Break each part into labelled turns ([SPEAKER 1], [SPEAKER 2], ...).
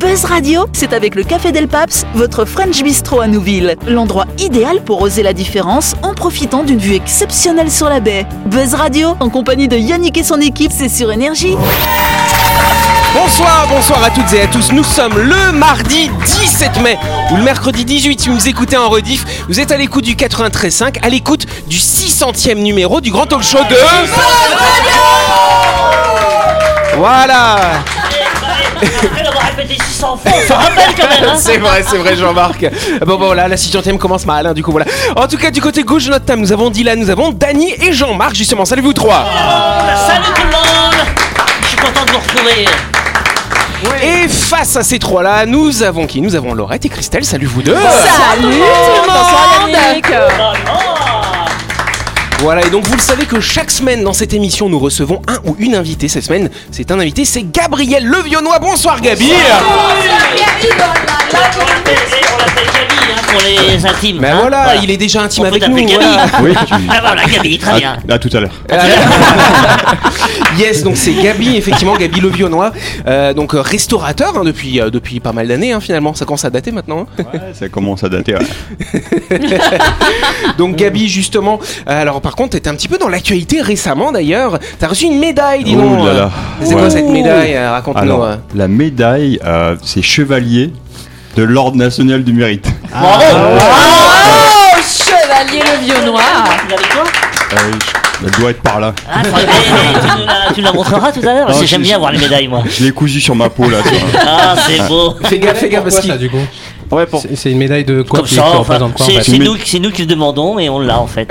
[SPEAKER 1] Buzz Radio, c'est avec le Café Del Paps, votre French Bistro à Nouville. L'endroit idéal pour oser la différence en profitant d'une vue exceptionnelle sur la baie. Buzz Radio, en compagnie de Yannick et son équipe, c'est sur Énergie.
[SPEAKER 2] Bonsoir, bonsoir à toutes et à tous. Nous sommes le mardi 17 mai ou le mercredi 18 si vous nous écoutez en rediff. Vous êtes à l'écoute du 93.5, à l'écoute du 600e numéro du grand talk show de... Voilà
[SPEAKER 3] Après l'avoir répété 600 fois, on s'en rappelle quand même. hein.
[SPEAKER 2] c'est vrai, c'est vrai, Jean-Marc. Bon, bon, voilà, la 600 commence par Alain, du coup, voilà. En tout cas, du côté gauche de notre table, nous avons Dylan, nous avons Dany et Jean-Marc, justement. Salut vous trois
[SPEAKER 3] Salut tout le monde. Je suis content de vous retrouver.
[SPEAKER 2] Et face à ces trois-là, nous avons qui Nous avons Laurette et Christelle. Salut vous deux
[SPEAKER 4] Salut Bonsoir Yannick
[SPEAKER 2] Voilà, et donc vous le savez que chaque semaine dans cette émission, nous recevons un ou une invitée. Cette semaine, c'est un invité, c'est Gabriel Levionnois. Bonsoir Gabi
[SPEAKER 3] On l'appelle on l'appelle Gabi hein, pour les intimes.
[SPEAKER 2] Ben
[SPEAKER 3] hein.
[SPEAKER 2] voilà, il est déjà
[SPEAKER 3] On
[SPEAKER 2] intime
[SPEAKER 3] peut
[SPEAKER 2] avec nous.
[SPEAKER 3] t'appeler Gabi.
[SPEAKER 2] voilà.
[SPEAKER 5] Oui, tu-
[SPEAKER 3] Ah voilà, Gabi, très bien.
[SPEAKER 5] à, à tout à l'heure.
[SPEAKER 2] Yes, donc c'est Gabi, effectivement, Gabi Levionnois, euh, donc euh, restaurateur hein, depuis, euh, depuis pas mal d'années hein, finalement, ça commence à dater maintenant. hein.
[SPEAKER 5] ça commence à dater. ouais.
[SPEAKER 2] Donc Gabi, justement, euh, alors par contre, t'étais un petit peu dans l'actualité récemment d'ailleurs, t'as reçu une médaille, dis donc.
[SPEAKER 5] Ouh là
[SPEAKER 2] euh.
[SPEAKER 5] là.
[SPEAKER 2] C'est
[SPEAKER 5] Ouais.
[SPEAKER 2] quoi cette médaille euh, Raconte-nous.
[SPEAKER 5] Alors,
[SPEAKER 2] euh.
[SPEAKER 5] la médaille, euh, c'est chevalier de l'ordre national du mérite.
[SPEAKER 4] Oh Chevalier le vieux noir
[SPEAKER 3] Il est avec toi
[SPEAKER 5] Euh, je- elle doit être par là.
[SPEAKER 3] Ah, faudrait- eh, eh, tu nous la- Tu nous la montreras tout à l'heure Parce que
[SPEAKER 5] Non,
[SPEAKER 3] j'aime
[SPEAKER 5] je-
[SPEAKER 3] bien voir les médailles, moi.
[SPEAKER 5] Je l'ai cousu sur ma peau là. tu vois.
[SPEAKER 3] Ah, c'est beau.
[SPEAKER 2] Fais gaffe, fais gaffe, parce
[SPEAKER 6] Pourquoi ça,
[SPEAKER 2] qu'il...
[SPEAKER 6] du coup
[SPEAKER 5] Ouais, pour-
[SPEAKER 6] C'est- C'est une médaille de quoi
[SPEAKER 3] Comme
[SPEAKER 6] qui
[SPEAKER 3] ça,
[SPEAKER 6] qui
[SPEAKER 3] enfin,
[SPEAKER 6] représente quoi en
[SPEAKER 3] c'est
[SPEAKER 6] fait Ah,
[SPEAKER 3] c'est
[SPEAKER 5] Mais-
[SPEAKER 3] nous, c'est nous qui le demandons et on l'a en fait.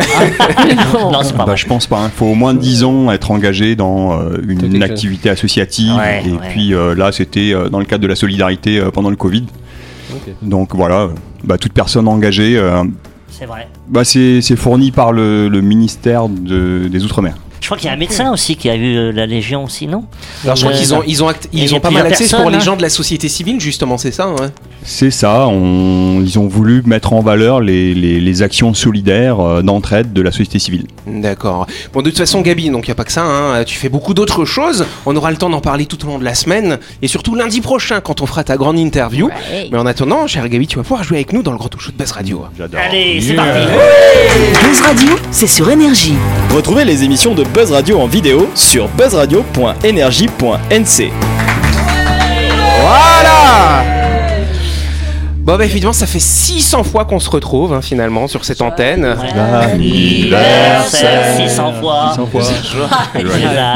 [SPEAKER 3] non, c'est pas
[SPEAKER 5] Bah,
[SPEAKER 3] vrai.
[SPEAKER 5] je pense pas. Il faut au moins 10 ans être engagé dans euh, une,
[SPEAKER 6] Quelque chose.
[SPEAKER 5] activité associative.
[SPEAKER 3] Ouais,
[SPEAKER 5] et
[SPEAKER 3] ouais.
[SPEAKER 5] puis euh, là, c'était euh, dans le cadre de la solidarité euh, pendant le Covid.
[SPEAKER 6] Ok.
[SPEAKER 5] Donc voilà, euh, bah, toute personne engagée, euh,
[SPEAKER 3] C'est vrai.
[SPEAKER 5] bah, c'est c'est fourni par le, le ministère de- des Outre-mer.
[SPEAKER 3] Je crois qu'il y a un médecin aussi qui a eu euh, la Légion aussi, non
[SPEAKER 2] Alors je crois
[SPEAKER 3] Euh,
[SPEAKER 2] qu'ils ont, ils ont, act-
[SPEAKER 3] il y
[SPEAKER 2] ils
[SPEAKER 3] a
[SPEAKER 2] ont pas mal
[SPEAKER 3] plusieurs
[SPEAKER 2] accès pour
[SPEAKER 3] personnes,
[SPEAKER 2] les
[SPEAKER 3] hein.
[SPEAKER 2] gens de la société civile, justement, c'est ça hein. ouais.
[SPEAKER 5] C'est ça, on- ils ont voulu mettre en valeur les, les- les actions solidaires euh, d'entraide de la société civile.
[SPEAKER 2] D'accord. Bon, de toute façon, Gabi, donc il n'y a pas que ça, hein, tu fais beaucoup d'autres choses. On aura le temps d'en parler tout au long de la semaine et surtout lundi prochain quand on fera ta grande interview. Mais en attendant, chère Gabi, tu vas pouvoir jouer avec nous dans le grand talk show de Bass Radio.
[SPEAKER 5] J'adore.
[SPEAKER 3] Allez, c'est parti.
[SPEAKER 1] Buzz Radio, c'est sur Énergie.
[SPEAKER 7] Retrouvez les émissions de Buzz Radio en vidéo sur buzzradio.energie.nc.
[SPEAKER 2] Bon, bah évidemment, ça fait 600 fois qu'on se retrouve hein, finalement sur cette antenne.
[SPEAKER 3] Anniversaire, 600 fois. Ah.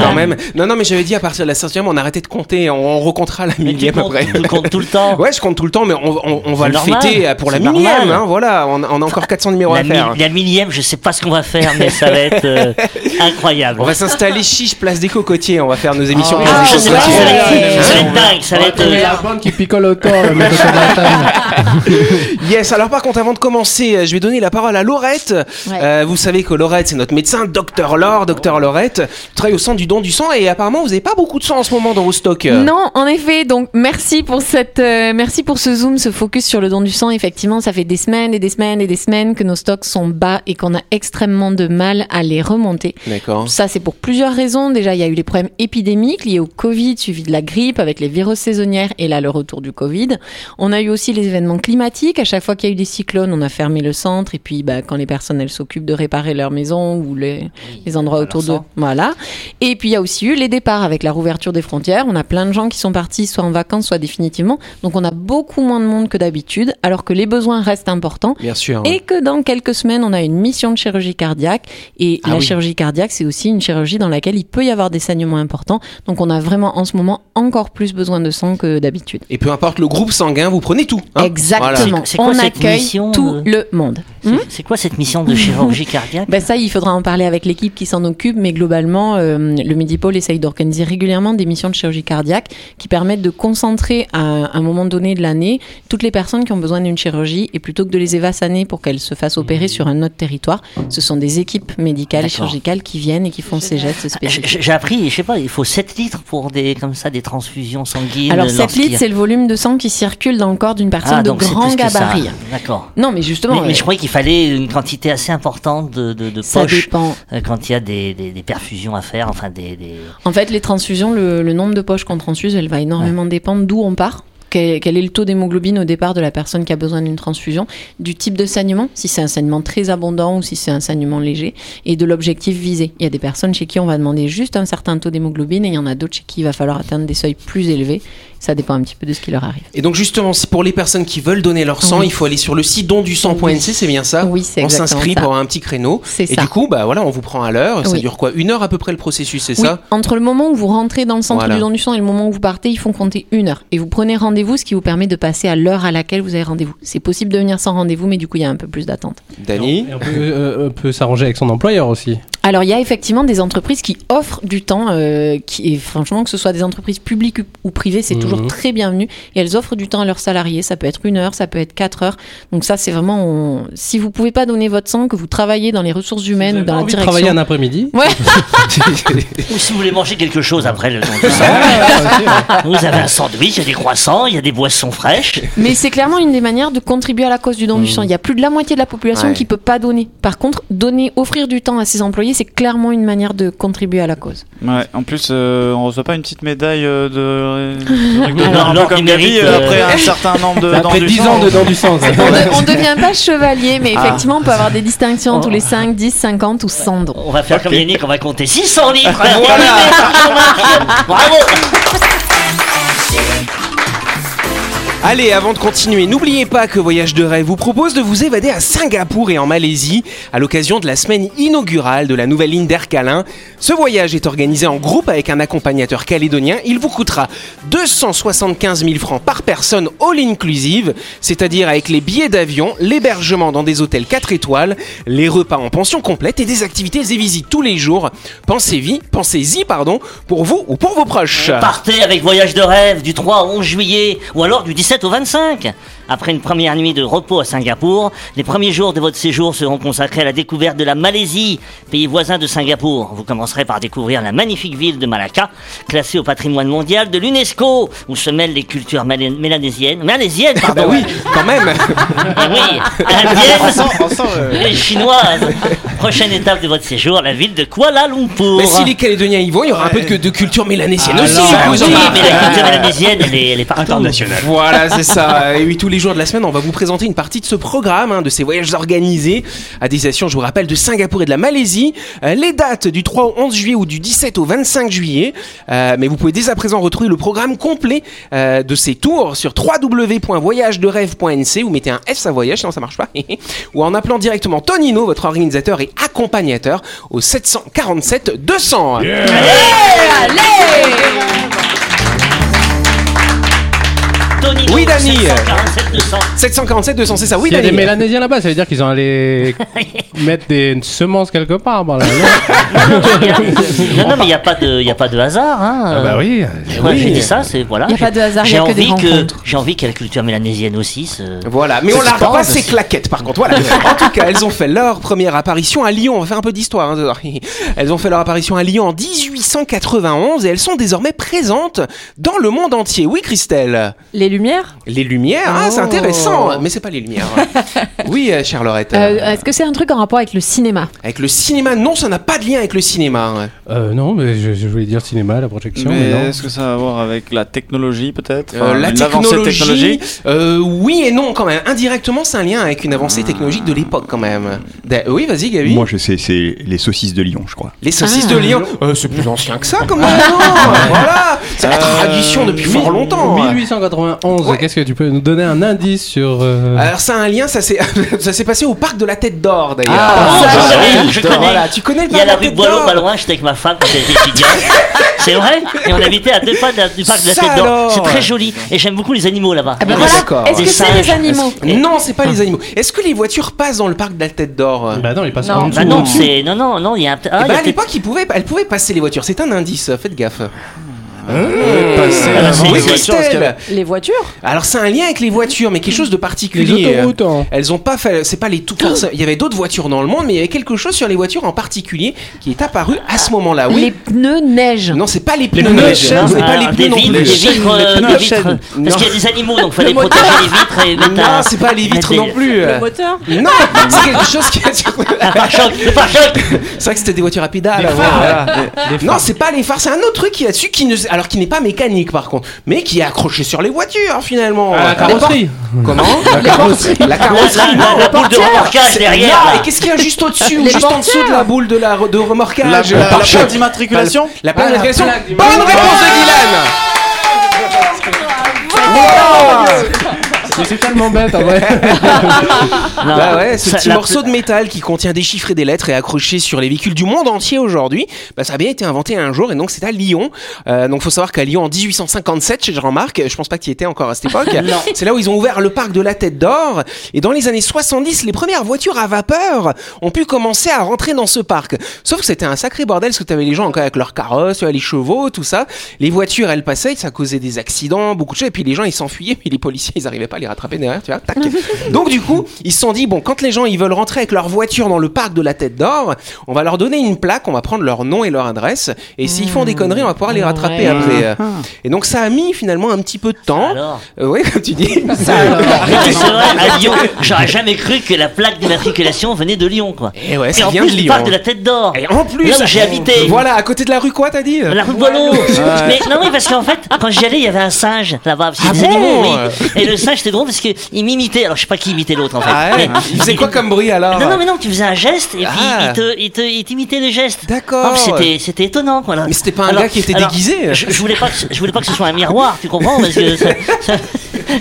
[SPEAKER 2] Quand même. Non, non, mais j'avais dit à partir de la 5 on arrêtait de compter, on, on recomptera la
[SPEAKER 3] Mais tu
[SPEAKER 2] millième
[SPEAKER 3] comptes,
[SPEAKER 2] après.
[SPEAKER 3] tu comptes tout le temps.
[SPEAKER 2] Ouais, je compte tout le temps, mais on, on- on va
[SPEAKER 3] C'est
[SPEAKER 2] le
[SPEAKER 3] normal.
[SPEAKER 2] fêter euh, pour la
[SPEAKER 3] C'est
[SPEAKER 2] millième.
[SPEAKER 3] normal.
[SPEAKER 2] hein, voilà, on, on a encore 400 numéros
[SPEAKER 3] la,
[SPEAKER 2] à faire.
[SPEAKER 3] mi- la millième, je sais pas ce qu'on va faire, mais ça va être euh, incroyable.
[SPEAKER 2] On va s'installer chiche place des cocotiers, on va faire nos émissions.
[SPEAKER 6] Ah,
[SPEAKER 2] place
[SPEAKER 3] Ah,
[SPEAKER 2] des
[SPEAKER 3] je sais pas, ça,
[SPEAKER 2] cocotiers.
[SPEAKER 3] va
[SPEAKER 6] Ouais,
[SPEAKER 3] être, ça va
[SPEAKER 6] ouais.
[SPEAKER 3] être dingue, ça va être.
[SPEAKER 6] Il y a
[SPEAKER 3] euh,
[SPEAKER 6] la bande qui picole autant le mec autour de la table.
[SPEAKER 2] Yes, alors par contre, avant de commencer, euh, je vais donner la parole à Laurette.
[SPEAKER 4] Ouais.
[SPEAKER 2] Euh, vous savez que Laurette, c'est notre médecin, docteur Laure, docteur Laurette. qui travaille au centre du don du sang et apparemment, vous n'avez pas beaucoup de sang en ce moment dans vos stocks. euh.
[SPEAKER 4] Non, en effet. Donc, merci pour cette, euh, merci pour ce zoom, ce focus sur le don du sang. Effectivement, ça fait des semaines et des semaines et des semaines que nos stocks sont bas et qu'on a extrêmement de mal à les remonter.
[SPEAKER 2] D'accord.
[SPEAKER 4] Ça, c'est pour plusieurs raisons. Déjà, il y a eu les problèmes épidémiques liés au Covid, suivi de la grippe avec les virus saisonnières et là, le retour du Covid. On a eu aussi les événements climatiques. À chaque fois qu'il y a eu des cyclones, on a fermé le centre. Et puis, bah, quand les personnes, elles s'occupent de réparer leur maison ou les, les endroits autour d'eux. Voilà. Et puis, il y a aussi eu les départs avec la rouverture des frontières. On a plein de gens qui sont partis soit en vacances, soit définitivement. Donc, on a beaucoup moins de monde que d'habitude, alors que les besoins restent importants.
[SPEAKER 2] Bien sûr.
[SPEAKER 4] Et que dans quelques semaines, on a une mission de chirurgie cardiaque. Et
[SPEAKER 2] Ah
[SPEAKER 4] la
[SPEAKER 2] oui.
[SPEAKER 4] chirurgie cardiaque, c'est aussi une chirurgie dans laquelle il peut y avoir des saignements importants. Donc on a vraiment en ce moment encore plus besoin de sang que d'habitude.
[SPEAKER 2] Et peu importe le groupe sanguin, vous prenez tout. hein. Voilà.
[SPEAKER 4] Exactement.
[SPEAKER 3] C'est- c'est quoi
[SPEAKER 4] on
[SPEAKER 3] cette
[SPEAKER 4] accueille
[SPEAKER 3] mission,
[SPEAKER 4] tout
[SPEAKER 3] euh
[SPEAKER 4] le monde. Hmm
[SPEAKER 3] C'est quoi cette mission de chirurgie cardiaque
[SPEAKER 4] ben ça, il faudra en parler avec l'équipe qui s'en occupe, mais globalement, euh, le Medipôle essaye d'organiser régulièrement des missions de chirurgie cardiaque qui permettent de concentrer à un moment donné de l'année toutes les personnes qui ont besoin d'une chirurgie et plutôt que de les évassaner pour qu'elles se fassent opérer sur un autre territoire, ce sont des équipes médicales et
[SPEAKER 3] Mmh. D'accord.
[SPEAKER 4] chirurgicales qui viennent et qui font ces gestes
[SPEAKER 3] J-
[SPEAKER 4] spécifiques.
[SPEAKER 3] j- J'ai appris, je sais pas, il faut 7 litres pour des comme ça des transfusions sanguines.
[SPEAKER 4] Alors 7
[SPEAKER 3] lorsqu'il y a-
[SPEAKER 4] litres, c'est le volume de sang qui circule dans le corps d'une personne
[SPEAKER 3] ah,
[SPEAKER 4] de
[SPEAKER 3] donc c'est
[SPEAKER 4] grand
[SPEAKER 3] plus que ça.
[SPEAKER 4] gabarit.
[SPEAKER 3] D'accord.
[SPEAKER 4] Non, mais justement,
[SPEAKER 3] mais, mais je
[SPEAKER 4] euh,
[SPEAKER 3] croyais qu'il fallait une quantité assez importante de, de, de
[SPEAKER 4] ça
[SPEAKER 3] poches
[SPEAKER 4] dépend.
[SPEAKER 3] euh, quand il y a des, des, des perfusions à faire, enfin des. des...
[SPEAKER 4] En fait, les transfusions, le, le nombre de poches qu'on transfuse, elle va énormément dépendre d'où on part. quel, quel est le taux d'hémoglobine au départ de la personne qui a besoin d'une transfusion, du type de saignement, si c'est un saignement très abondant ou si c'est un saignement léger, et de l'objectif visé. Il y a des personnes chez qui on va demander juste un certain taux d'hémoglobine et il y en a d'autres chez qui il va falloir atteindre des seuils plus élevés. Ça dépend un petit peu de ce qui leur arrive.
[SPEAKER 2] Et donc justement, c'est pour les personnes qui veulent donner leur sang,
[SPEAKER 4] Oui.
[SPEAKER 2] il faut aller sur le site dondusang.nc, c'est bien ça
[SPEAKER 4] Oui, c'est
[SPEAKER 2] On
[SPEAKER 4] exactement
[SPEAKER 2] s'inscrit
[SPEAKER 4] ça.
[SPEAKER 2] pour un petit créneau.
[SPEAKER 4] C'est
[SPEAKER 2] Et
[SPEAKER 4] ça.
[SPEAKER 2] du coup, bah voilà, on vous prend à l'heure. Ça
[SPEAKER 4] Oui.
[SPEAKER 2] dure quoi Une heure à peu près le processus, c'est
[SPEAKER 4] Oui,
[SPEAKER 2] ça
[SPEAKER 4] entre le moment où vous rentrez dans le centre
[SPEAKER 2] Voilà.
[SPEAKER 4] du don du sang et le moment où vous partez, ils font compter une heure. Et vous prenez rendez-vous, ce qui vous permet de passer à l'heure à laquelle vous avez rendez-vous. C'est possible de venir sans rendez-vous, mais du coup, il y a un peu plus d'attente.
[SPEAKER 2] Dani
[SPEAKER 6] Et on peut, euh, on peut s'arranger avec son employeur aussi.
[SPEAKER 4] Alors, il y a effectivement des entreprises qui offrent du temps, euh, qui, et franchement, que ce soit des entreprises publiques ou privées, c'est
[SPEAKER 6] Mhm.
[SPEAKER 4] toujours très bienvenu. Et elles offrent du temps à leurs salariés. Ça peut être une heure, ça peut être quatre heures. Donc ça, c'est vraiment... on- Si vous pouvez pas donner votre sang, que vous travaillez dans les ressources
[SPEAKER 6] Vous
[SPEAKER 4] humaines
[SPEAKER 6] avez
[SPEAKER 4] ou dans
[SPEAKER 6] pas
[SPEAKER 4] la
[SPEAKER 6] envie de travailler
[SPEAKER 4] direction...
[SPEAKER 6] un après-midi.
[SPEAKER 4] Ouais.
[SPEAKER 3] Ou si vous voulez manger quelque chose après le don du sang,
[SPEAKER 6] Ah,
[SPEAKER 3] vous avez un sandwich, il y a des croissants, il y a des boissons fraîches.
[SPEAKER 4] Mais c'est clairement une des manières de contribuer à la cause du don du sang. Il y a plus de la moitié de la population
[SPEAKER 2] Ouais.
[SPEAKER 4] qui peut pas donner. Par contre, donner, offrir du temps à ses employés, c'est clairement une manière de contribuer à la cause.
[SPEAKER 8] Ouais, en plus, euh, on reçoit pas une petite médaille euh, de. de-
[SPEAKER 3] Alors,
[SPEAKER 8] un peu comme
[SPEAKER 3] il
[SPEAKER 8] Gabi,
[SPEAKER 3] mérite, euh,
[SPEAKER 8] euh, après un certain nombre de. dans
[SPEAKER 6] Après
[SPEAKER 8] du
[SPEAKER 6] 10
[SPEAKER 8] sang,
[SPEAKER 6] ans dedans du sang. ça.
[SPEAKER 4] On ne devient pas chevalier, mais
[SPEAKER 8] Ah.
[SPEAKER 4] effectivement, on peut avoir des distinctions entre les 5, 10, 50 ou 100 dons.
[SPEAKER 3] On va faire comme Yannick, on va compter 600 livres. Bravo
[SPEAKER 2] Allez, avant de continuer, n'oubliez pas que Voyage de rêve vous propose de vous évader à Singapour et en Malaisie à l'occasion de la semaine inaugurale de la nouvelle ligne d'Air Calin. Ce voyage est organisé en groupe avec un accompagnateur calédonien. Il vous coûtera 275 000 francs par personne all inclusive, c'est-à-dire avec les billets d'avion, l'hébergement dans des hôtels 4 étoiles, les repas en pension complète et des activités et visites tous les jours. Pensez-y, pensez-y, pardon, pour vous ou pour vos proches.
[SPEAKER 3] Partez avec Voyage de rêve du 3 au 11 juillet ou alors du 17 au 25. Après une première nuit de repos à Singapour, les premiers jours de votre séjour seront consacrés à la découverte de la Malaisie, pays voisin de Singapour. Vous commencerez par découvrir la magnifique ville de Malacca, classée au patrimoine mondial de l'UNESCO, où se mêlent les cultures malais- mélanésiennes, malaisiennes,
[SPEAKER 2] Ah bah
[SPEAKER 3] pardon,
[SPEAKER 2] oui, quand même
[SPEAKER 3] Eh oui, indiennes et chinoises. Prochaine étape de votre séjour, la ville de Kuala Lumpur.
[SPEAKER 2] Mais Bah, si les Calédoniens y vont, il y aura un peu de, de culture mélanésienne aussi.
[SPEAKER 3] Ah
[SPEAKER 2] je
[SPEAKER 3] oui,
[SPEAKER 2] vous en parle.
[SPEAKER 3] mais la culture mélanésienne, elle est, elle est partout.
[SPEAKER 2] Voilà, c'est ça. Et oui, tous les jours de la semaine, on va vous présenter une partie de ce programme, hein, de ces voyages organisés à des stations, je vous rappelle, de Singapour et de la Malaisie. Euh, les dates du 3 au 11 juillet ou du 17 au 25 juillet. Euh, mais vous pouvez dès à présent retrouver le programme complet euh, de ces tours sur www.voyagederêve.nc ou mettez un F, ça voyage, sinon ça marche pas. ou en appelant directement Tonino, votre organisateur et accompagnateur, au 747 200.
[SPEAKER 3] Tony
[SPEAKER 2] Oui,
[SPEAKER 3] Dong,
[SPEAKER 2] Dany.
[SPEAKER 3] 747 200.
[SPEAKER 2] 747 200, c'est ça, ah oui,
[SPEAKER 6] S'il y a des
[SPEAKER 2] Dany
[SPEAKER 6] Mélanésiens là-bas, ça veut dire qu'ils ont allé mettre des semences quelque part. par là, non
[SPEAKER 3] Non, non, mais il n'y a, pas de- y a pas de hasard. Hein.
[SPEAKER 6] Ah bah oui.
[SPEAKER 3] Euh, Moi, j'ai dit ça, c'est voilà.
[SPEAKER 4] Y a pas de hasard,
[SPEAKER 3] Ah. J'ai
[SPEAKER 4] y a que
[SPEAKER 3] envie
[SPEAKER 4] des rencontres.
[SPEAKER 3] J'ai envie que la culture mélanésienne aussi se.
[SPEAKER 2] Voilà, mais on
[SPEAKER 3] Ça
[SPEAKER 2] la
[SPEAKER 3] s'expande
[SPEAKER 2] pas ces
[SPEAKER 3] aussi.
[SPEAKER 2] claquettes par contre. Voilà. en tout cas, elles ont fait leur première apparition à Lyon. On va faire un peu d'histoire. hein, dehors. Elles ont fait leur apparition à Lyon en 1891 et elles sont désormais présentes dans le monde entier. Oui, Christelle.
[SPEAKER 9] Les lumières
[SPEAKER 2] Les Lumières, ah, c'est
[SPEAKER 9] Oh.
[SPEAKER 2] intéressant, mais c'est pas les Lumières. oui, euh, Charlorette.
[SPEAKER 4] Euh, Est-ce que c'est un truc en rapport avec le cinéma
[SPEAKER 2] Avec le cinéma, non, ça n'a pas de lien avec le cinéma. hein.
[SPEAKER 6] Euh, non, mais je, je voulais dire cinéma, la projection, mais,
[SPEAKER 8] Mais
[SPEAKER 6] non.
[SPEAKER 8] est-ce que ça a à voir avec la technologie peut-être
[SPEAKER 2] Euh,
[SPEAKER 8] Enfin,
[SPEAKER 2] la
[SPEAKER 8] l'avancée
[SPEAKER 2] technologie, euh, oui et non quand même. Indirectement, c'est un lien avec une avancée technologique de l'époque quand même. Da- oui, vas-y, Gabi.
[SPEAKER 5] Moi, je sais, c'est les saucisses de Lyon, je crois.
[SPEAKER 2] Les saucisses
[SPEAKER 4] Ah.
[SPEAKER 2] de Lyon, Euh, c'est plus ancien que ça, comment Voilà, c'est la
[SPEAKER 8] Euh,
[SPEAKER 2] tradition depuis
[SPEAKER 8] mille-
[SPEAKER 2] fort longtemps. hein.
[SPEAKER 6] 1891,
[SPEAKER 2] Ouais.
[SPEAKER 6] qu'est-ce que tu peux nous donner un indice sur. euh,
[SPEAKER 2] Alors ça a un lien, ça s'est ça s'est passé au parc de la Tête d'Or d'ailleurs.
[SPEAKER 3] Ah,
[SPEAKER 2] Ça,
[SPEAKER 3] je
[SPEAKER 2] je-
[SPEAKER 3] savais, je connais.
[SPEAKER 2] Voilà, tu connais le
[SPEAKER 3] Il y a
[SPEAKER 2] parc
[SPEAKER 3] la
[SPEAKER 2] de
[SPEAKER 3] rue
[SPEAKER 2] la Tête
[SPEAKER 3] Boileau
[SPEAKER 2] d'Or
[SPEAKER 3] pas loin, j'étais avec ma femme quand j'étais étudiante. C'est vrai Et on habitait à deux pas de la- du parc de la
[SPEAKER 2] Ça
[SPEAKER 3] Tête d'Or.
[SPEAKER 2] alors
[SPEAKER 3] C'est très joli et j'aime beaucoup les animaux là-bas.
[SPEAKER 4] Ah bah
[SPEAKER 2] Ah,
[SPEAKER 4] voilà.
[SPEAKER 2] d'accord.
[SPEAKER 4] Est-ce
[SPEAKER 3] Des
[SPEAKER 4] que c'est les
[SPEAKER 3] singes.
[SPEAKER 4] animaux
[SPEAKER 2] Non, c'est pas les animaux. Est-ce que les voitures passent dans le parc de la Tête d'Or
[SPEAKER 6] Bah non, il passe
[SPEAKER 9] Non.
[SPEAKER 6] en dessous.
[SPEAKER 3] Bah non, c'est. Non, non, non, il y a un. Ah,
[SPEAKER 2] Eh
[SPEAKER 3] il y
[SPEAKER 2] ben,
[SPEAKER 3] a
[SPEAKER 2] à
[SPEAKER 3] peut-être-
[SPEAKER 2] l'époque, ils pouvaient, elles pouvaient passer les voitures. C'est un indice, faites gaffe.
[SPEAKER 8] passer
[SPEAKER 3] Ah, c'est-
[SPEAKER 8] avant les
[SPEAKER 2] Oui,
[SPEAKER 3] voitures,
[SPEAKER 8] parce qu'il y
[SPEAKER 2] Christelle.
[SPEAKER 8] avait-
[SPEAKER 9] Les voitures
[SPEAKER 2] Alors, c'est un lien avec les voitures, mais quelque chose de particulier.
[SPEAKER 6] les autoroutes. hein.
[SPEAKER 2] Elles ont pas fait, c'est pas les tout forcément- Il y avait d'autres voitures dans le monde, mais il y avait quelque chose sur les voitures en particulier qui est apparu à ce moment-là.
[SPEAKER 4] Les
[SPEAKER 2] Oui.
[SPEAKER 4] pneus neige.
[SPEAKER 2] Non, c'est pas les pneus.
[SPEAKER 6] pneus
[SPEAKER 2] neige,
[SPEAKER 6] chaînes,
[SPEAKER 2] non, c'est
[SPEAKER 3] Ah,
[SPEAKER 2] pas les
[SPEAKER 3] des
[SPEAKER 2] pneus non
[SPEAKER 3] vitres,
[SPEAKER 2] plus.
[SPEAKER 3] Des
[SPEAKER 2] Les
[SPEAKER 3] vitres, euh,
[SPEAKER 2] pneus
[SPEAKER 3] des vitres.
[SPEAKER 2] chaînes.
[SPEAKER 3] Parce
[SPEAKER 2] Non.
[SPEAKER 3] qu'il y a des animaux, donc fallait protéger les vitres et mettre
[SPEAKER 2] Non,
[SPEAKER 3] un.
[SPEAKER 2] c'est pas les
[SPEAKER 3] mettre
[SPEAKER 2] vitres
[SPEAKER 3] des-
[SPEAKER 2] non plus. Euh,
[SPEAKER 9] Le moteur
[SPEAKER 2] Non, c'est quelque chose qui est sur-
[SPEAKER 3] Un pare-choc, le pare-choc
[SPEAKER 2] C'est vrai que c'était des voitures à pédales. avant, voilà. Non, c'est pas les phares, c'est un autre truc qui est dessus qui ne alors qui n'est pas mécanique. mécanique par contre, mais qui est accroché sur les voitures hein, finalement.
[SPEAKER 6] Ah, la
[SPEAKER 2] Les portes-
[SPEAKER 6] carrosserie
[SPEAKER 2] Comment La carrosserie. La carrosserie.
[SPEAKER 3] La- la-
[SPEAKER 2] non,
[SPEAKER 3] la boule de
[SPEAKER 2] portière.
[SPEAKER 3] remorquage
[SPEAKER 2] C'est-
[SPEAKER 3] derrière,
[SPEAKER 2] Ah,
[SPEAKER 3] là.
[SPEAKER 2] et qu'est-ce qu'il y a juste au-dessus ou juste en dessous de la boule de, la, de
[SPEAKER 8] La,
[SPEAKER 2] remorquage euh,
[SPEAKER 8] la- la
[SPEAKER 2] pare-choc.
[SPEAKER 8] plaque d'immatriculation
[SPEAKER 2] La plaque d'immatriculation.
[SPEAKER 6] plaque
[SPEAKER 2] Bonne réponse de Dylan.
[SPEAKER 6] Mais c'est tellement bête en vrai.
[SPEAKER 3] Non,
[SPEAKER 2] Bah ouais, ce
[SPEAKER 3] ça-
[SPEAKER 2] petit
[SPEAKER 3] la-
[SPEAKER 2] morceau de métal qui contient des chiffres et des lettres et accroché sur les véhicules du monde entier aujourd'hui, bah, ça a bien été inventé un jour et donc c'est à Lyon. Euh, donc faut savoir qu'à Lyon en 1857, chez Jean-Marc, je pense pas qu'il y était encore à cette époque, c'est là où ils ont ouvert le parc de la Tête d'Or et dans les années 70, les premières voitures à vapeur ont pu commencer à rentrer dans ce parc. Sauf que c'était un sacré bordel parce que t'avais les gens encore avec leurs carrosses, les chevaux, tout ça. Les voitures, elles passaient, ça causait des accidents, beaucoup de choses et puis les gens ils s'enfuyaient, puis les policiers ils arrivaient pas à les rattraper derrière, tu vois. Tac. Donc du coup, ils se sont dit bon, quand les gens ils veulent rentrer avec leur voiture dans le parc de la Tête d'Or, on va leur donner une plaque, on va prendre leur nom et leur adresse, et s'ils font des conneries, on va pouvoir les rattraper
[SPEAKER 4] Ouais.
[SPEAKER 2] après. Et donc ça a mis finalement un petit peu de temps.
[SPEAKER 3] Alors
[SPEAKER 2] Euh, oui, comme tu dis.
[SPEAKER 3] Non, mais c'est vrai, à Lyon, j'aurais jamais cru que la plaque d'immatriculation venait de Lyon, quoi.
[SPEAKER 2] Et Eh ouais,
[SPEAKER 3] Et
[SPEAKER 2] ça
[SPEAKER 3] en
[SPEAKER 2] vient
[SPEAKER 3] plus,
[SPEAKER 2] de
[SPEAKER 3] du
[SPEAKER 2] Lyon. hein.
[SPEAKER 3] parc de la tête d'or.
[SPEAKER 2] Et en plus, euh,
[SPEAKER 3] Là où j'ai habité.
[SPEAKER 2] Voilà, à côté de la rue quoi, t'as dit
[SPEAKER 3] La rue de Boileau. Mais non, mais parce qu'en fait, quand j'y allais, il y avait un singe là-bas. parce qu'il y a des
[SPEAKER 2] Ah
[SPEAKER 3] animaux,
[SPEAKER 2] bon
[SPEAKER 3] oui. Et le singe, c'était drôle parce qu'il m'imitait. Alors, je sais pas qui imitait l'autre, en fait.
[SPEAKER 2] Ah ouais
[SPEAKER 3] Mais-
[SPEAKER 2] Il faisait quoi comme bruit alors
[SPEAKER 3] Non, non, mais non, tu faisais un geste et puis
[SPEAKER 2] Ah.
[SPEAKER 3] il te- il te- il t'imitait les gestes.
[SPEAKER 2] D'accord.
[SPEAKER 3] Oh, C'était c'était étonnant, quoi. là.
[SPEAKER 2] Mais c'était pas un
[SPEAKER 3] Alors-
[SPEAKER 2] gars qui était
[SPEAKER 3] alors,
[SPEAKER 2] déguisé.
[SPEAKER 3] Je, je voulais pas que, ce- je voulais pas que ce soit un miroir, tu comprends Parce que ça, ça-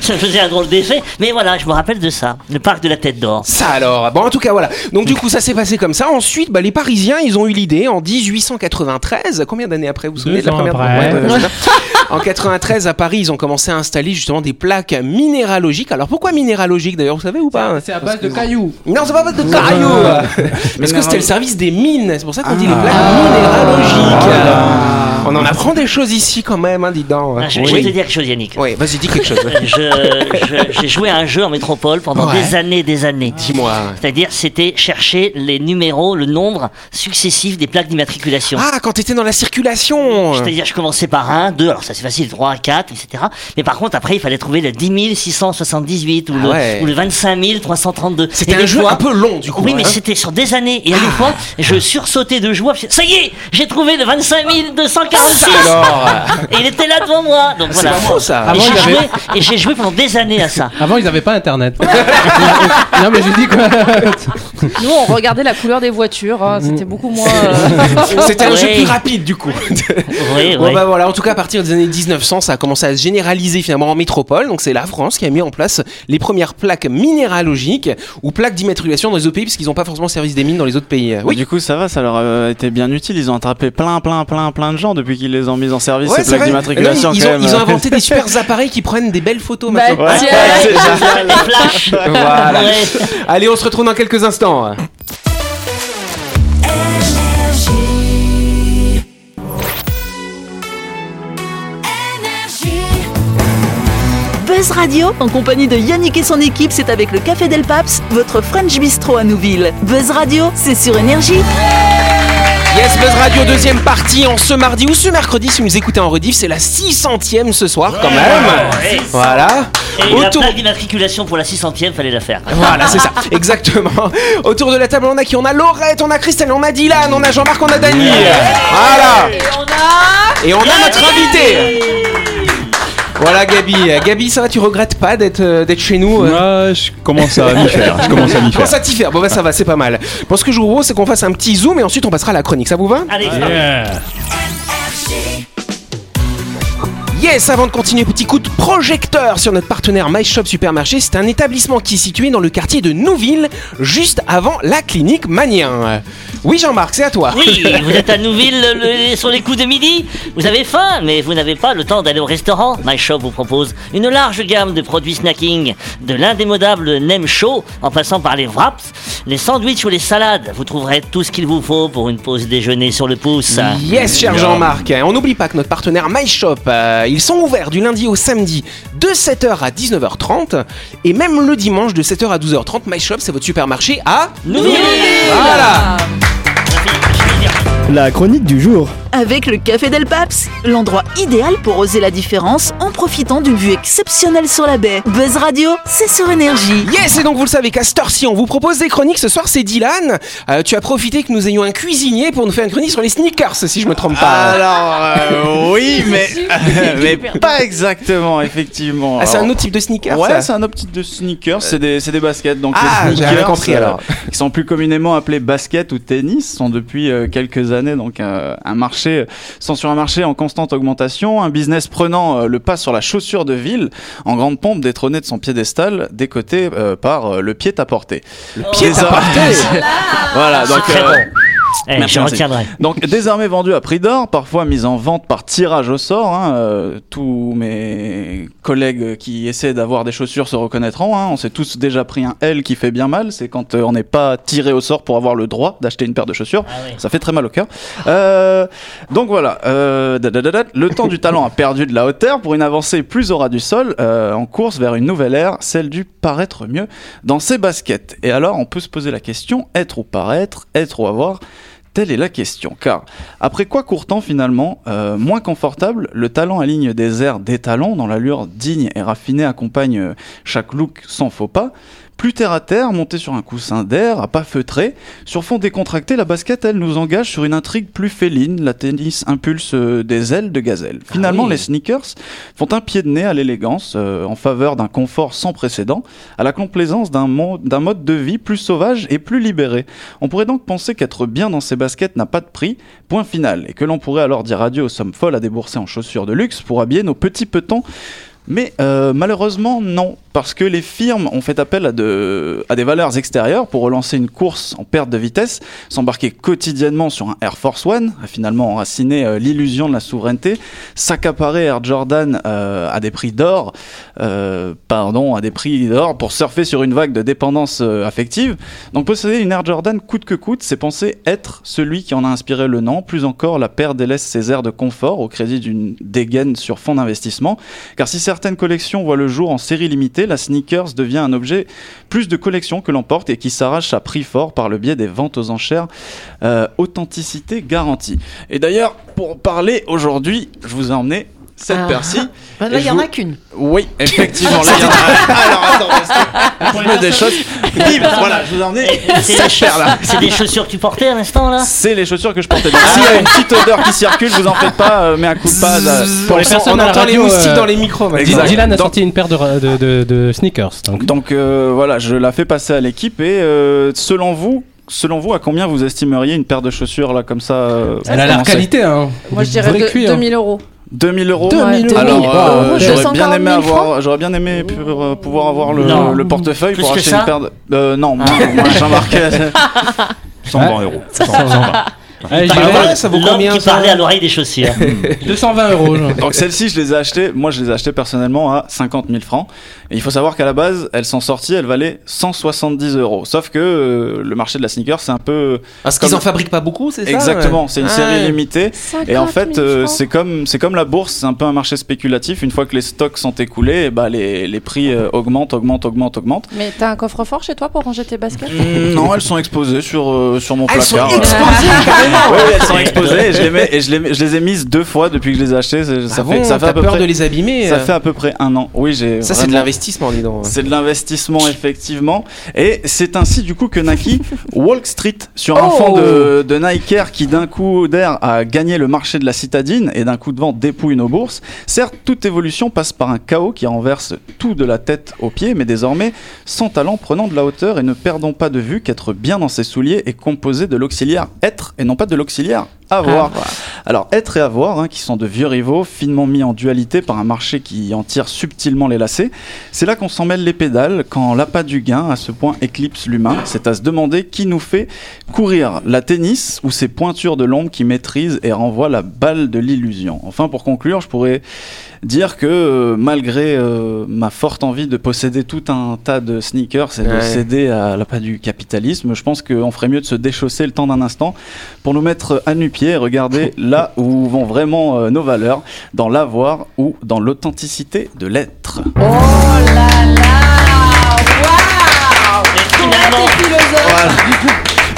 [SPEAKER 3] ça faisait un drôle d'effet. Mais voilà, je me rappelle de ça. Le parc de la tête d'or.
[SPEAKER 2] Ça alors. Bon, en tout cas, voilà. Donc, du coup, ça s'est passé comme ça. Ensuite, bah, les Parisiens, ils ont eu l'idée en 1893. Combien d'années après Vous vous souvenez
[SPEAKER 6] Deux
[SPEAKER 2] de la
[SPEAKER 6] ans
[SPEAKER 2] première
[SPEAKER 6] après.
[SPEAKER 2] Ouais, ouais, je sais pas. En 93, à Paris, ils ont commencé à installer justement des plaques minéralogiques. Alors, pourquoi minéralogiques d'ailleurs Vous savez ou pas
[SPEAKER 6] C'est à base de cailloux.
[SPEAKER 2] Non, c'est pas votre caillou Parce que c'était le service des mines. C'est pour ça qu'on dit les
[SPEAKER 6] Ah.
[SPEAKER 2] plaques minéralogiques. On en apprend des choses ici quand même, hein, dis donc.
[SPEAKER 3] Ah, Je, je vais te
[SPEAKER 2] Oui,
[SPEAKER 3] dire quelque chose, Yannick.
[SPEAKER 2] Oui, vas-y, dis quelque chose.
[SPEAKER 3] Euh, je- je- J'ai joué à un jeu en métropole pendant
[SPEAKER 2] Ouais.
[SPEAKER 3] des années, des années.
[SPEAKER 2] Dis-moi.
[SPEAKER 3] C'est-à-dire, c'était chercher les numéros, le nombre successif des plaques d'immatriculation.
[SPEAKER 2] Ah, quand t'étais dans la circulation
[SPEAKER 3] C'est-à-dire, je commençais par 1, 2, alors ça c'est facile, 3, 4, etc. Mais par contre, après, il fallait trouver le 10 678 ou,
[SPEAKER 2] Ah
[SPEAKER 3] le,
[SPEAKER 2] ouais.
[SPEAKER 3] ou le 25 332.
[SPEAKER 2] C'était
[SPEAKER 3] Et
[SPEAKER 2] un
[SPEAKER 3] des
[SPEAKER 2] jeu
[SPEAKER 3] fois-
[SPEAKER 2] un peu long du coup.
[SPEAKER 3] Oui, mais
[SPEAKER 2] hein. Ah.
[SPEAKER 3] c'était sur des années. Et à des fois, je sursautais de joie. Ça y est, j'ai trouvé le 25 246 Et il était là devant moi. Donc
[SPEAKER 2] Ah, C'est
[SPEAKER 3] voilà. Ah
[SPEAKER 2] pas faux, ça.
[SPEAKER 3] Et
[SPEAKER 6] Avant,
[SPEAKER 3] j'ai
[SPEAKER 6] il y
[SPEAKER 3] joué- et j'ai joué pendant des années à ça.
[SPEAKER 6] Avant, ils avaient pas internet. non, mais j'ai dit quoi
[SPEAKER 9] Nous, on regardait la couleur des voitures. hein, C'était beaucoup moins. euh,
[SPEAKER 2] C'était un jeu
[SPEAKER 3] Ouais.
[SPEAKER 2] plus rapide du coup.
[SPEAKER 3] Oui,
[SPEAKER 2] Bon
[SPEAKER 3] oui.
[SPEAKER 2] bah voilà, en tout cas à partir des années 1900, ça a commencé à se généraliser finalement en métropole. Donc c'est la France qui a mis en place les premières plaques minéralogiques ou plaques d'immatriculation dans les autres pays parce qu'ils n'ont pas forcément le service des mines dans les autres pays. Oui.
[SPEAKER 8] Du coup, ça va, ça leur a euh, été bien utile. Ils ont attrapé plein, plein, plein, plein de gens depuis qu'ils les ont mis en service,
[SPEAKER 2] Ouais,
[SPEAKER 8] ces
[SPEAKER 2] c'est
[SPEAKER 8] plaques
[SPEAKER 2] vrai.
[SPEAKER 8] d'immatriculation.
[SPEAKER 2] Et là, ils,
[SPEAKER 8] quand
[SPEAKER 2] ont,
[SPEAKER 8] même.
[SPEAKER 2] ils ont inventé des super appareils qui prennent des belles photos
[SPEAKER 3] Bah,
[SPEAKER 2] maintenant.
[SPEAKER 8] Ouais,
[SPEAKER 9] Tiens.
[SPEAKER 8] c'est génial.
[SPEAKER 3] Flash.
[SPEAKER 2] Voilà.
[SPEAKER 3] Ouais.
[SPEAKER 2] Allez, on se retrouve dans quelques instants.
[SPEAKER 1] Buzz Radio, en compagnie de Yannick et son équipe, c'est avec le Café Del Paps, votre French Bistro à Nouville. Buzz Radio, c'est sur Énergie.
[SPEAKER 2] Yes Buzz Radio, deuxième partie en ce mardi ou ce mercredi si vous nous écoutez en rediff, c'est la 600ème ce soir quand même.
[SPEAKER 3] Ouais.
[SPEAKER 2] Voilà.
[SPEAKER 3] Et la
[SPEAKER 2] Autour-
[SPEAKER 3] plaque d'immatriculation pour la 600ème, fallait la faire.
[SPEAKER 2] Voilà, c'est ça, exactement. Autour de la table, on a qui On a Laurette, on a Christelle, on a Dylan, on a Jean-Marc, on a Dany. Voilà. Et on a notre invité. Voilà, Gabi. Gabi, ça va Tu regrettes pas d'être euh, d'être chez nous euh,
[SPEAKER 5] Ah, je commence à m'y faire. Je commence à m'y faire.
[SPEAKER 2] Comment ça t'y faire Bon, bah ça va, c'est pas mal. Bon, ce que je vous propose, c'est qu'on fasse un petit zoom et ensuite on passera à la chronique. Ça vous va
[SPEAKER 3] Allez,
[SPEAKER 2] Yes, avant de continuer, petit coup de projecteur sur notre partenaire My Shop Supermarché. C'est un établissement qui est situé dans le quartier de Nouville, juste avant la clinique Manien. Oui, Jean-Marc, c'est à toi.
[SPEAKER 3] Oui, vous êtes à Nouville le- le- sur les coups de midi. Vous avez faim, mais vous n'avez pas le temps d'aller au restaurant. My Shop vous propose une large gamme de produits snacking, de l'indémodable nem chaud en passant par les wraps, les sandwichs ou les salades. Vous trouverez tout ce qu'il vous faut pour une pause déjeuner sur le pouce.
[SPEAKER 2] Yes, cher Jean-Marc. On n'oublie pas que notre partenaire MyShop, euh, ils sont ouverts du lundi au samedi de 7h à 19h30 et même le dimanche de 7h à 12h30. MyShop, c'est votre supermarché à
[SPEAKER 3] Nouville
[SPEAKER 2] Voilà.
[SPEAKER 7] La chronique du jour.
[SPEAKER 1] Avec le Café Del Paps, l'endroit idéal pour oser la différence en profitant d'une vue exceptionnelle sur la baie. Buzz Radio, c'est sur Énergie.
[SPEAKER 2] Yes, et donc vous le savez qu'à cette heure-ci, on vous propose des chroniques. Ce soir, c'est Dylan. Euh, tu as profité que nous ayons un cuisinier pour nous faire une chronique sur les sneakers, si je me trompe pas.
[SPEAKER 8] Alors, euh, oui, mais,
[SPEAKER 9] Super.
[SPEAKER 8] mais pas exactement, effectivement.
[SPEAKER 2] Ah, c'est un
[SPEAKER 8] Alors,
[SPEAKER 2] autre type de sneaker
[SPEAKER 8] Ouais,
[SPEAKER 2] ça Euh,
[SPEAKER 8] c'est un autre type de sneakers, c'est des, c'est des baskets. Donc
[SPEAKER 2] Ah,
[SPEAKER 8] les
[SPEAKER 2] j'ai
[SPEAKER 8] sneakers,
[SPEAKER 2] rien compris,
[SPEAKER 8] euh,
[SPEAKER 2] alors.
[SPEAKER 8] Qui sont plus communément appelés basket ou tennis, sont depuis euh, quelques années donc euh, un marché, sont sur un marché en constante augmentation, un business prenant euh, le pas sur la chaussure de ville, en grande pompe détrônée de son piédestal, décoté euh, par euh, le pied à porter. Le pied à porter Voilà, donc.
[SPEAKER 3] C'est très
[SPEAKER 8] euh,
[SPEAKER 3] bon. Eh,
[SPEAKER 8] merci,
[SPEAKER 3] je
[SPEAKER 8] merci.
[SPEAKER 3] retiendrai.
[SPEAKER 8] donc désormais vendu à prix d'or, parfois mis en vente par tirage au sort. hein, euh, tous mes collègues qui essaient d'avoir des chaussures se reconnaîtront. hein. on s'est tous déjà pris un L qui fait bien mal. C'est quand euh, on n'est pas tiré au sort pour avoir le droit d'acheter une paire de chaussures.
[SPEAKER 3] Ah oui.
[SPEAKER 8] Ça fait très mal au cœur. Euh, donc voilà, euh, dadadada, le temps du talent a perdu de la hauteur pour une avancée plus aura du sol euh, en course vers une nouvelle ère, celle du paraître mieux dans ses baskets. Et alors on peut se poser la question, être ou paraître, être ou avoir Telle est la question, car après quoi court-on finalement euh, Moins confortable, le talent aligne des airs des talons dont l'allure digne et raffinée accompagne euh, chaque look sans faux pas. Plus terre à terre, montée sur un coussin d'air, à pas feutré, sur fond décontracté, la basket, elle, nous engage sur une intrigue plus féline, la tennis impulse euh, des ailes de gazelle. Finalement,
[SPEAKER 2] oui.
[SPEAKER 8] les sneakers font un pied de nez à l'élégance, euh, en faveur d'un confort sans précédent, à la complaisance d'un mo- d'un mode de vie plus sauvage et plus libéré. On pourrait donc penser qu'être bien dans ses baskets n'a pas de prix, point final, et que l'on pourrait alors dire adieu aux sommes folles à débourser en chaussures de luxe pour habiller nos petits petons. Mais euh, malheureusement, non, parce que les firmes ont fait appel à, de- à des valeurs extérieures pour relancer une course en perte de vitesse, s'embarquer quotidiennement sur un Air Force One, a finalement enraciné euh, l'illusion de la souveraineté, s'accaparer Air Jordan euh, à des prix d'or, euh, pardon, à des prix d'or pour surfer sur une vague de dépendance euh, affective, donc posséder une Air Jordan coûte que coûte, c'est penser être celui qui en a inspiré le nom. Plus encore, la paire délaisse ses airs de confort au crédit d'une dégaine sur fonds d'investissement. Car si certaines collections voient le jour en série limitée, la sneakers devient un objet plus de collection que l'emporte et qui s'arrache à prix fort par le biais des ventes aux enchères. Euh, authenticité garantie. Et d'ailleurs, pour parler aujourd'hui, je vous ai emmené cette
[SPEAKER 9] Ah.
[SPEAKER 8] paire-ci.
[SPEAKER 9] Bah, là, il
[SPEAKER 8] Et je
[SPEAKER 9] y en
[SPEAKER 8] vous-
[SPEAKER 9] a qu'une.
[SPEAKER 8] Oui, effectivement. Là, il y en a... Alors attends, parce que pour les des choses. Bim, voilà, je vous ai emmené
[SPEAKER 3] C'est des, chauss- c'est des chaussures que tu portais à l'instant là
[SPEAKER 8] c'est les chaussures que je portais. Donc s'il y a une petite odeur qui circule, vous en faites pas, euh, mais un coup de pas. là.
[SPEAKER 6] Pour les
[SPEAKER 2] On
[SPEAKER 6] personnes à la
[SPEAKER 2] entend Euh, les
[SPEAKER 6] radio,
[SPEAKER 2] moustiques
[SPEAKER 6] euh,
[SPEAKER 2] dans les micros. vas-y.
[SPEAKER 8] Exact.
[SPEAKER 6] Dylan a
[SPEAKER 8] Dans-
[SPEAKER 6] sorti une paire de, ra- de, de- de sneakers. Donc.
[SPEAKER 8] Donc euh, voilà, je la fais passer à l'équipe et euh, selon vous, selon vous, à combien vous estimeriez une paire de chaussures là comme ça euh,
[SPEAKER 6] Elle a l'air
[SPEAKER 8] commencer
[SPEAKER 6] qualité. Hein.
[SPEAKER 9] Moi, je dirais
[SPEAKER 6] Vrai
[SPEAKER 9] deux-
[SPEAKER 6] cuir.
[SPEAKER 9] 2000 euros.
[SPEAKER 8] 2000 euros.
[SPEAKER 9] 2000 euros.
[SPEAKER 8] Alors euh,
[SPEAKER 9] euros,
[SPEAKER 8] j'aurais
[SPEAKER 9] 240
[SPEAKER 8] bien
[SPEAKER 9] 000
[SPEAKER 8] aimé
[SPEAKER 9] francs.
[SPEAKER 8] avoir, j'aurais bien aimé pu- euh, pouvoir avoir le,
[SPEAKER 3] Non.
[SPEAKER 8] le portefeuille
[SPEAKER 3] Plus
[SPEAKER 8] pour
[SPEAKER 3] que
[SPEAKER 8] acheter
[SPEAKER 3] ça
[SPEAKER 8] une paire de. Euh, non, moi, moi, Jean-Marc, euh,
[SPEAKER 5] 120 euros.
[SPEAKER 6] Allez, j'y
[SPEAKER 2] Ah,
[SPEAKER 6] vais.
[SPEAKER 2] voilà, ça vaut
[SPEAKER 3] L'homme
[SPEAKER 2] combien,
[SPEAKER 3] qui
[SPEAKER 2] ça
[SPEAKER 3] parlait à l'oreille des chaussures.
[SPEAKER 6] 220 euros. genre.
[SPEAKER 8] Donc celles-ci, je les ai achetées, moi je les ai achetées personnellement à 50 000 francs. Et il faut savoir qu'à la base, elles sont sorties, elles valaient 170 euros. Sauf que euh, le marché de la sneaker, c'est un peu...
[SPEAKER 2] Parce qu'ils
[SPEAKER 8] Comme-
[SPEAKER 2] en fabriquent pas beaucoup, c'est ça
[SPEAKER 8] Exactement, c'est une
[SPEAKER 2] Ah,
[SPEAKER 8] série
[SPEAKER 2] ouais.
[SPEAKER 8] limitée. Et en fait, euh, c'est comme, c'est comme la bourse, c'est un peu un marché spéculatif. Une fois que les stocks sont écoulés, eh ben, les, les prix euh, augmentent, augmentent, augmentent, augmentent.
[SPEAKER 9] Mais t'as un coffre-fort chez toi pour ranger tes baskets
[SPEAKER 8] Mmh, non, elles sont exposées sur, euh, sur mon
[SPEAKER 2] Elles sont
[SPEAKER 8] placard.
[SPEAKER 2] explosives carrément
[SPEAKER 8] Oui, oui, elles sont exposées et je les mets- et je les, mets- je les ai mises deux fois depuis que je les ai achetées. C'est- Ça,
[SPEAKER 2] Ah
[SPEAKER 8] fait,
[SPEAKER 2] bon,
[SPEAKER 8] ça fait à
[SPEAKER 2] t'as
[SPEAKER 8] peu
[SPEAKER 2] peur
[SPEAKER 8] près,
[SPEAKER 2] de les abîmer
[SPEAKER 8] ça
[SPEAKER 2] euh.
[SPEAKER 8] fait à peu près un an. Oui, j'ai.
[SPEAKER 2] Ça, c'est de
[SPEAKER 8] vraiment-
[SPEAKER 2] l'investissement, dis donc.
[SPEAKER 8] C'est de l'investissement, effectivement. Et c'est ainsi, du coup, que Nike Walk Street, sur un
[SPEAKER 9] Oh.
[SPEAKER 8] fond de, de Nike Air qui, d'un coup d'air, a gagné le marché de la citadine et d'un coup de vent dépouille nos bourses. Certes, toute évolution passe par un chaos qui renverse tout de la tête aux pieds, mais désormais, sans talent, prenons de la hauteur et ne perdons pas de vue qu'être bien dans ses souliers est composé de l'auxiliaire être et non pas de l'auxiliaire avoir. Alors, être et avoir, hein, qui sont de vieux rivaux, finement mis en dualité par un marché qui en tire subtilement les lacets, c'est là qu'on s'en mêle les pédales, quand l'appât du gain à ce point éclipse l'humain. C'est à se demander qui nous fait courir, la tennis ou ces pointures de l'ombre qui maîtrisent et renvoient la balle de l'illusion. Enfin, pour conclure, je pourrais dire que euh, malgré euh, ma forte envie de posséder tout un tas de sneakers et de
[SPEAKER 2] Ouais.
[SPEAKER 8] céder à l'appât du capitalisme, je pense qu'on ferait mieux de se déchausser le temps d'un instant pour nous mettre à nu-pieds et regarder là où vont vraiment euh, nos valeurs, dans l'avoir ou dans l'authenticité de l'être.
[SPEAKER 3] Et finalement,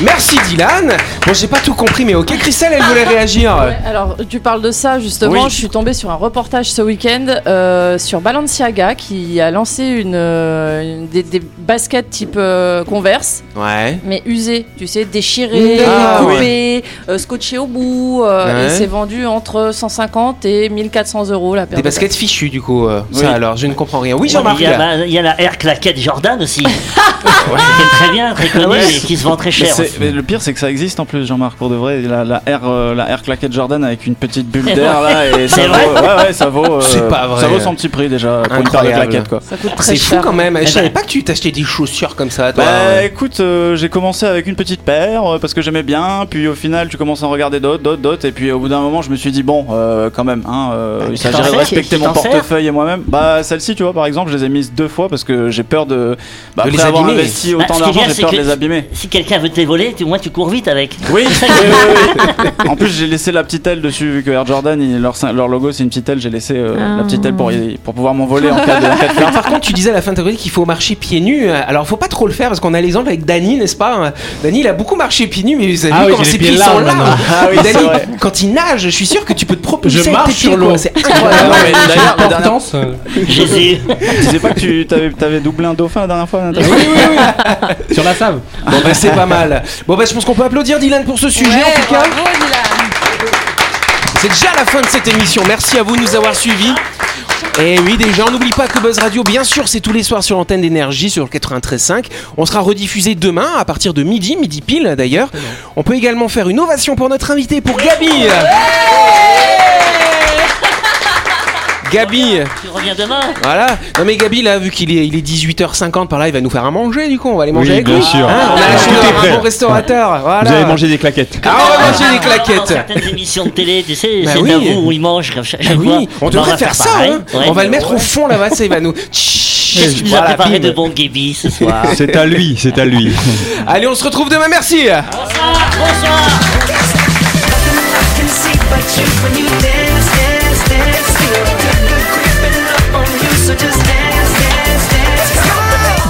[SPEAKER 2] Merci Dylan. Bon, j'ai pas tout compris, mais ok, Christelle, elle voulait réagir.
[SPEAKER 9] Ouais, alors, tu parles de ça justement.
[SPEAKER 2] Oui.
[SPEAKER 9] Je suis tombée sur un reportage ce week-end euh, sur Balenciaga qui a lancé une, euh, une- des, des baskets type euh, Converse,
[SPEAKER 2] Ouais.
[SPEAKER 9] mais usées, tu sais, déchirées,
[SPEAKER 2] Ah,
[SPEAKER 9] coupées, euh, scotchées au bout. euh,
[SPEAKER 2] Ouais.
[SPEAKER 9] Et c'est vendu entre 150 et 1400 euros la paire.
[SPEAKER 2] Des
[SPEAKER 9] de
[SPEAKER 2] baskets fichues, du coup. euh,
[SPEAKER 8] Oui.
[SPEAKER 2] Ça, alors, je ne comprends rien. Oui, Jean-Marc.
[SPEAKER 3] Il y, a, bah, il y a la Air Claquette Jordan aussi. Qui est très bien, très
[SPEAKER 2] Ah
[SPEAKER 3] connue
[SPEAKER 8] Ouais.
[SPEAKER 3] et qui se vend très
[SPEAKER 8] Mais
[SPEAKER 3] cher.
[SPEAKER 8] c'est- mais le pire, c'est que ça existe en plus, Jean-Marc, pour de vrai. La, la air, euh, la air claquette Jordan avec une petite bulle
[SPEAKER 3] C'est
[SPEAKER 8] d'air là, et ça
[SPEAKER 3] C'est
[SPEAKER 8] vaut,
[SPEAKER 3] vrai
[SPEAKER 8] ouais, ouais, ça vaut, euh,
[SPEAKER 2] C'est pas vrai.
[SPEAKER 8] ça vaut son petit prix déjà pour une paire de
[SPEAKER 2] Incroyable.
[SPEAKER 8] claquettes quoi.
[SPEAKER 9] Ça coûte très
[SPEAKER 2] C'est fou
[SPEAKER 9] cher.
[SPEAKER 2] quand même. Je
[SPEAKER 3] Eh
[SPEAKER 2] savais
[SPEAKER 3] ben.
[SPEAKER 2] pas que tu t'achetais des chaussures comme ça, toi.
[SPEAKER 8] Bah écoute, euh, j'ai commencé avec une petite paire euh, parce que j'aimais bien, puis au final tu commences à en regarder d'autres, d'autres, d'autres, et puis au bout d'un moment je me suis dit bon, euh, quand même, hein, euh, il
[SPEAKER 3] tu Bah, t'en
[SPEAKER 8] s'agirait de
[SPEAKER 3] sers
[SPEAKER 8] respecter
[SPEAKER 3] Tu
[SPEAKER 8] mon
[SPEAKER 3] t'en sers
[SPEAKER 8] portefeuille et moi-même. Bah celle-ci tu vois par exemple, je les ai mises deux fois parce que j'ai peur de, bah,
[SPEAKER 2] De
[SPEAKER 8] après
[SPEAKER 2] les
[SPEAKER 8] avoir
[SPEAKER 2] abîmer.
[SPEAKER 8] investi
[SPEAKER 3] Bah,
[SPEAKER 8] autant
[SPEAKER 3] ce qui est
[SPEAKER 8] d'argent,
[SPEAKER 3] bien,
[SPEAKER 8] j'ai
[SPEAKER 3] c'est
[SPEAKER 8] peur
[SPEAKER 3] que-
[SPEAKER 8] de les abîmer.
[SPEAKER 3] Si quelqu'un veut te les voler, tu- au moins tu cours vite avec.
[SPEAKER 8] Oui, oui, oui, oui. En plus j'ai laissé la petite aile dessus vu que Air Jordan, il- leur, leur logo c'est une petite aile, j'ai laissé euh, la petite aile pour, y- pour pouvoir m'envoler en cas de, en cas de
[SPEAKER 2] Alors, par contre, tu disais à la fin de ta chronique qu'il faut marcher pieds nus. Alors, faut pas trop le faire parce qu'on a l'exemple avec Dany, n'est-ce pas Dany, il a beaucoup marché pieds nus, mais vous avez
[SPEAKER 6] Ah
[SPEAKER 2] vu
[SPEAKER 6] oui,
[SPEAKER 2] comment
[SPEAKER 6] j'ai
[SPEAKER 2] ses
[SPEAKER 6] les
[SPEAKER 2] pieds
[SPEAKER 6] pieds
[SPEAKER 2] sont
[SPEAKER 6] larges,
[SPEAKER 2] là.
[SPEAKER 6] maintenant.
[SPEAKER 8] Ah oui,
[SPEAKER 2] Et
[SPEAKER 8] c'est
[SPEAKER 2] Dany,
[SPEAKER 8] vrai.
[SPEAKER 2] quand il nage, je suis sûr que tu peux te propulser.
[SPEAKER 6] Je
[SPEAKER 2] avec tes
[SPEAKER 6] marche
[SPEAKER 2] pieds,
[SPEAKER 6] sur
[SPEAKER 2] quoi.
[SPEAKER 6] l'eau.
[SPEAKER 2] C'est
[SPEAKER 8] Non,
[SPEAKER 2] incroyable.
[SPEAKER 8] mais d'ailleurs, la dernière-
[SPEAKER 6] L'importance. euh,
[SPEAKER 3] Jésus.
[SPEAKER 8] Tu disais pas que tu t'avais avais doublé un dauphin la dernière fois Nathalie
[SPEAKER 6] Sur la save.
[SPEAKER 2] Bon, bah, c'est pas mal. Bon, bah, je pense qu'on peut applaudir Dylan pour ce sujet en tout cas. C'est déjà la fin de cette émission. Merci à vous de nous avoir suivis. Et oui, déjà, on n'oublie pas que Buzz Radio, bien sûr, c'est tous les soirs sur l'antenne d'énergie, sur le 93.5. On sera rediffusé demain à partir de midi, midi pile d'ailleurs. On peut également faire une ovation pour notre invité, pour Gabi. Gabi,
[SPEAKER 3] tu reviens demain.
[SPEAKER 2] voilà. Non mais Gabi, là, vu qu'il est, il est 18h50 par là, il va nous faire à manger, du coup, on va aller manger
[SPEAKER 5] Oui,
[SPEAKER 2] avec
[SPEAKER 5] bien
[SPEAKER 2] lui.
[SPEAKER 5] sûr.
[SPEAKER 2] Hein, on a acheté
[SPEAKER 5] Ah, Tout est
[SPEAKER 2] un
[SPEAKER 5] prêt.
[SPEAKER 2] bon restaurateur. Voilà.
[SPEAKER 5] Vous avez mangé des claquettes.
[SPEAKER 2] Ah, on va manger des
[SPEAKER 3] Dans
[SPEAKER 2] claquettes.
[SPEAKER 3] certaines émissions de télé, tu sais,
[SPEAKER 2] Bah
[SPEAKER 3] c'est
[SPEAKER 2] oui.
[SPEAKER 3] à vous où ils mangent. comme chaque-
[SPEAKER 2] Ah
[SPEAKER 3] chaque fois.
[SPEAKER 2] oui, on
[SPEAKER 3] Bah,
[SPEAKER 2] devrait
[SPEAKER 3] va
[SPEAKER 2] faire ça.
[SPEAKER 3] pareil.
[SPEAKER 2] hein.
[SPEAKER 3] Ouais.
[SPEAKER 2] on va le mettre au fond là-bas, ça il va nous.
[SPEAKER 3] Qu'est-ce que tu nous as
[SPEAKER 2] Voilà,
[SPEAKER 3] préparé
[SPEAKER 2] bim.
[SPEAKER 3] de bon Gaby ce soir
[SPEAKER 5] C'est à lui, c'est à lui.
[SPEAKER 2] Allez, on se retrouve demain, merci.
[SPEAKER 3] Bonsoir, bonsoir.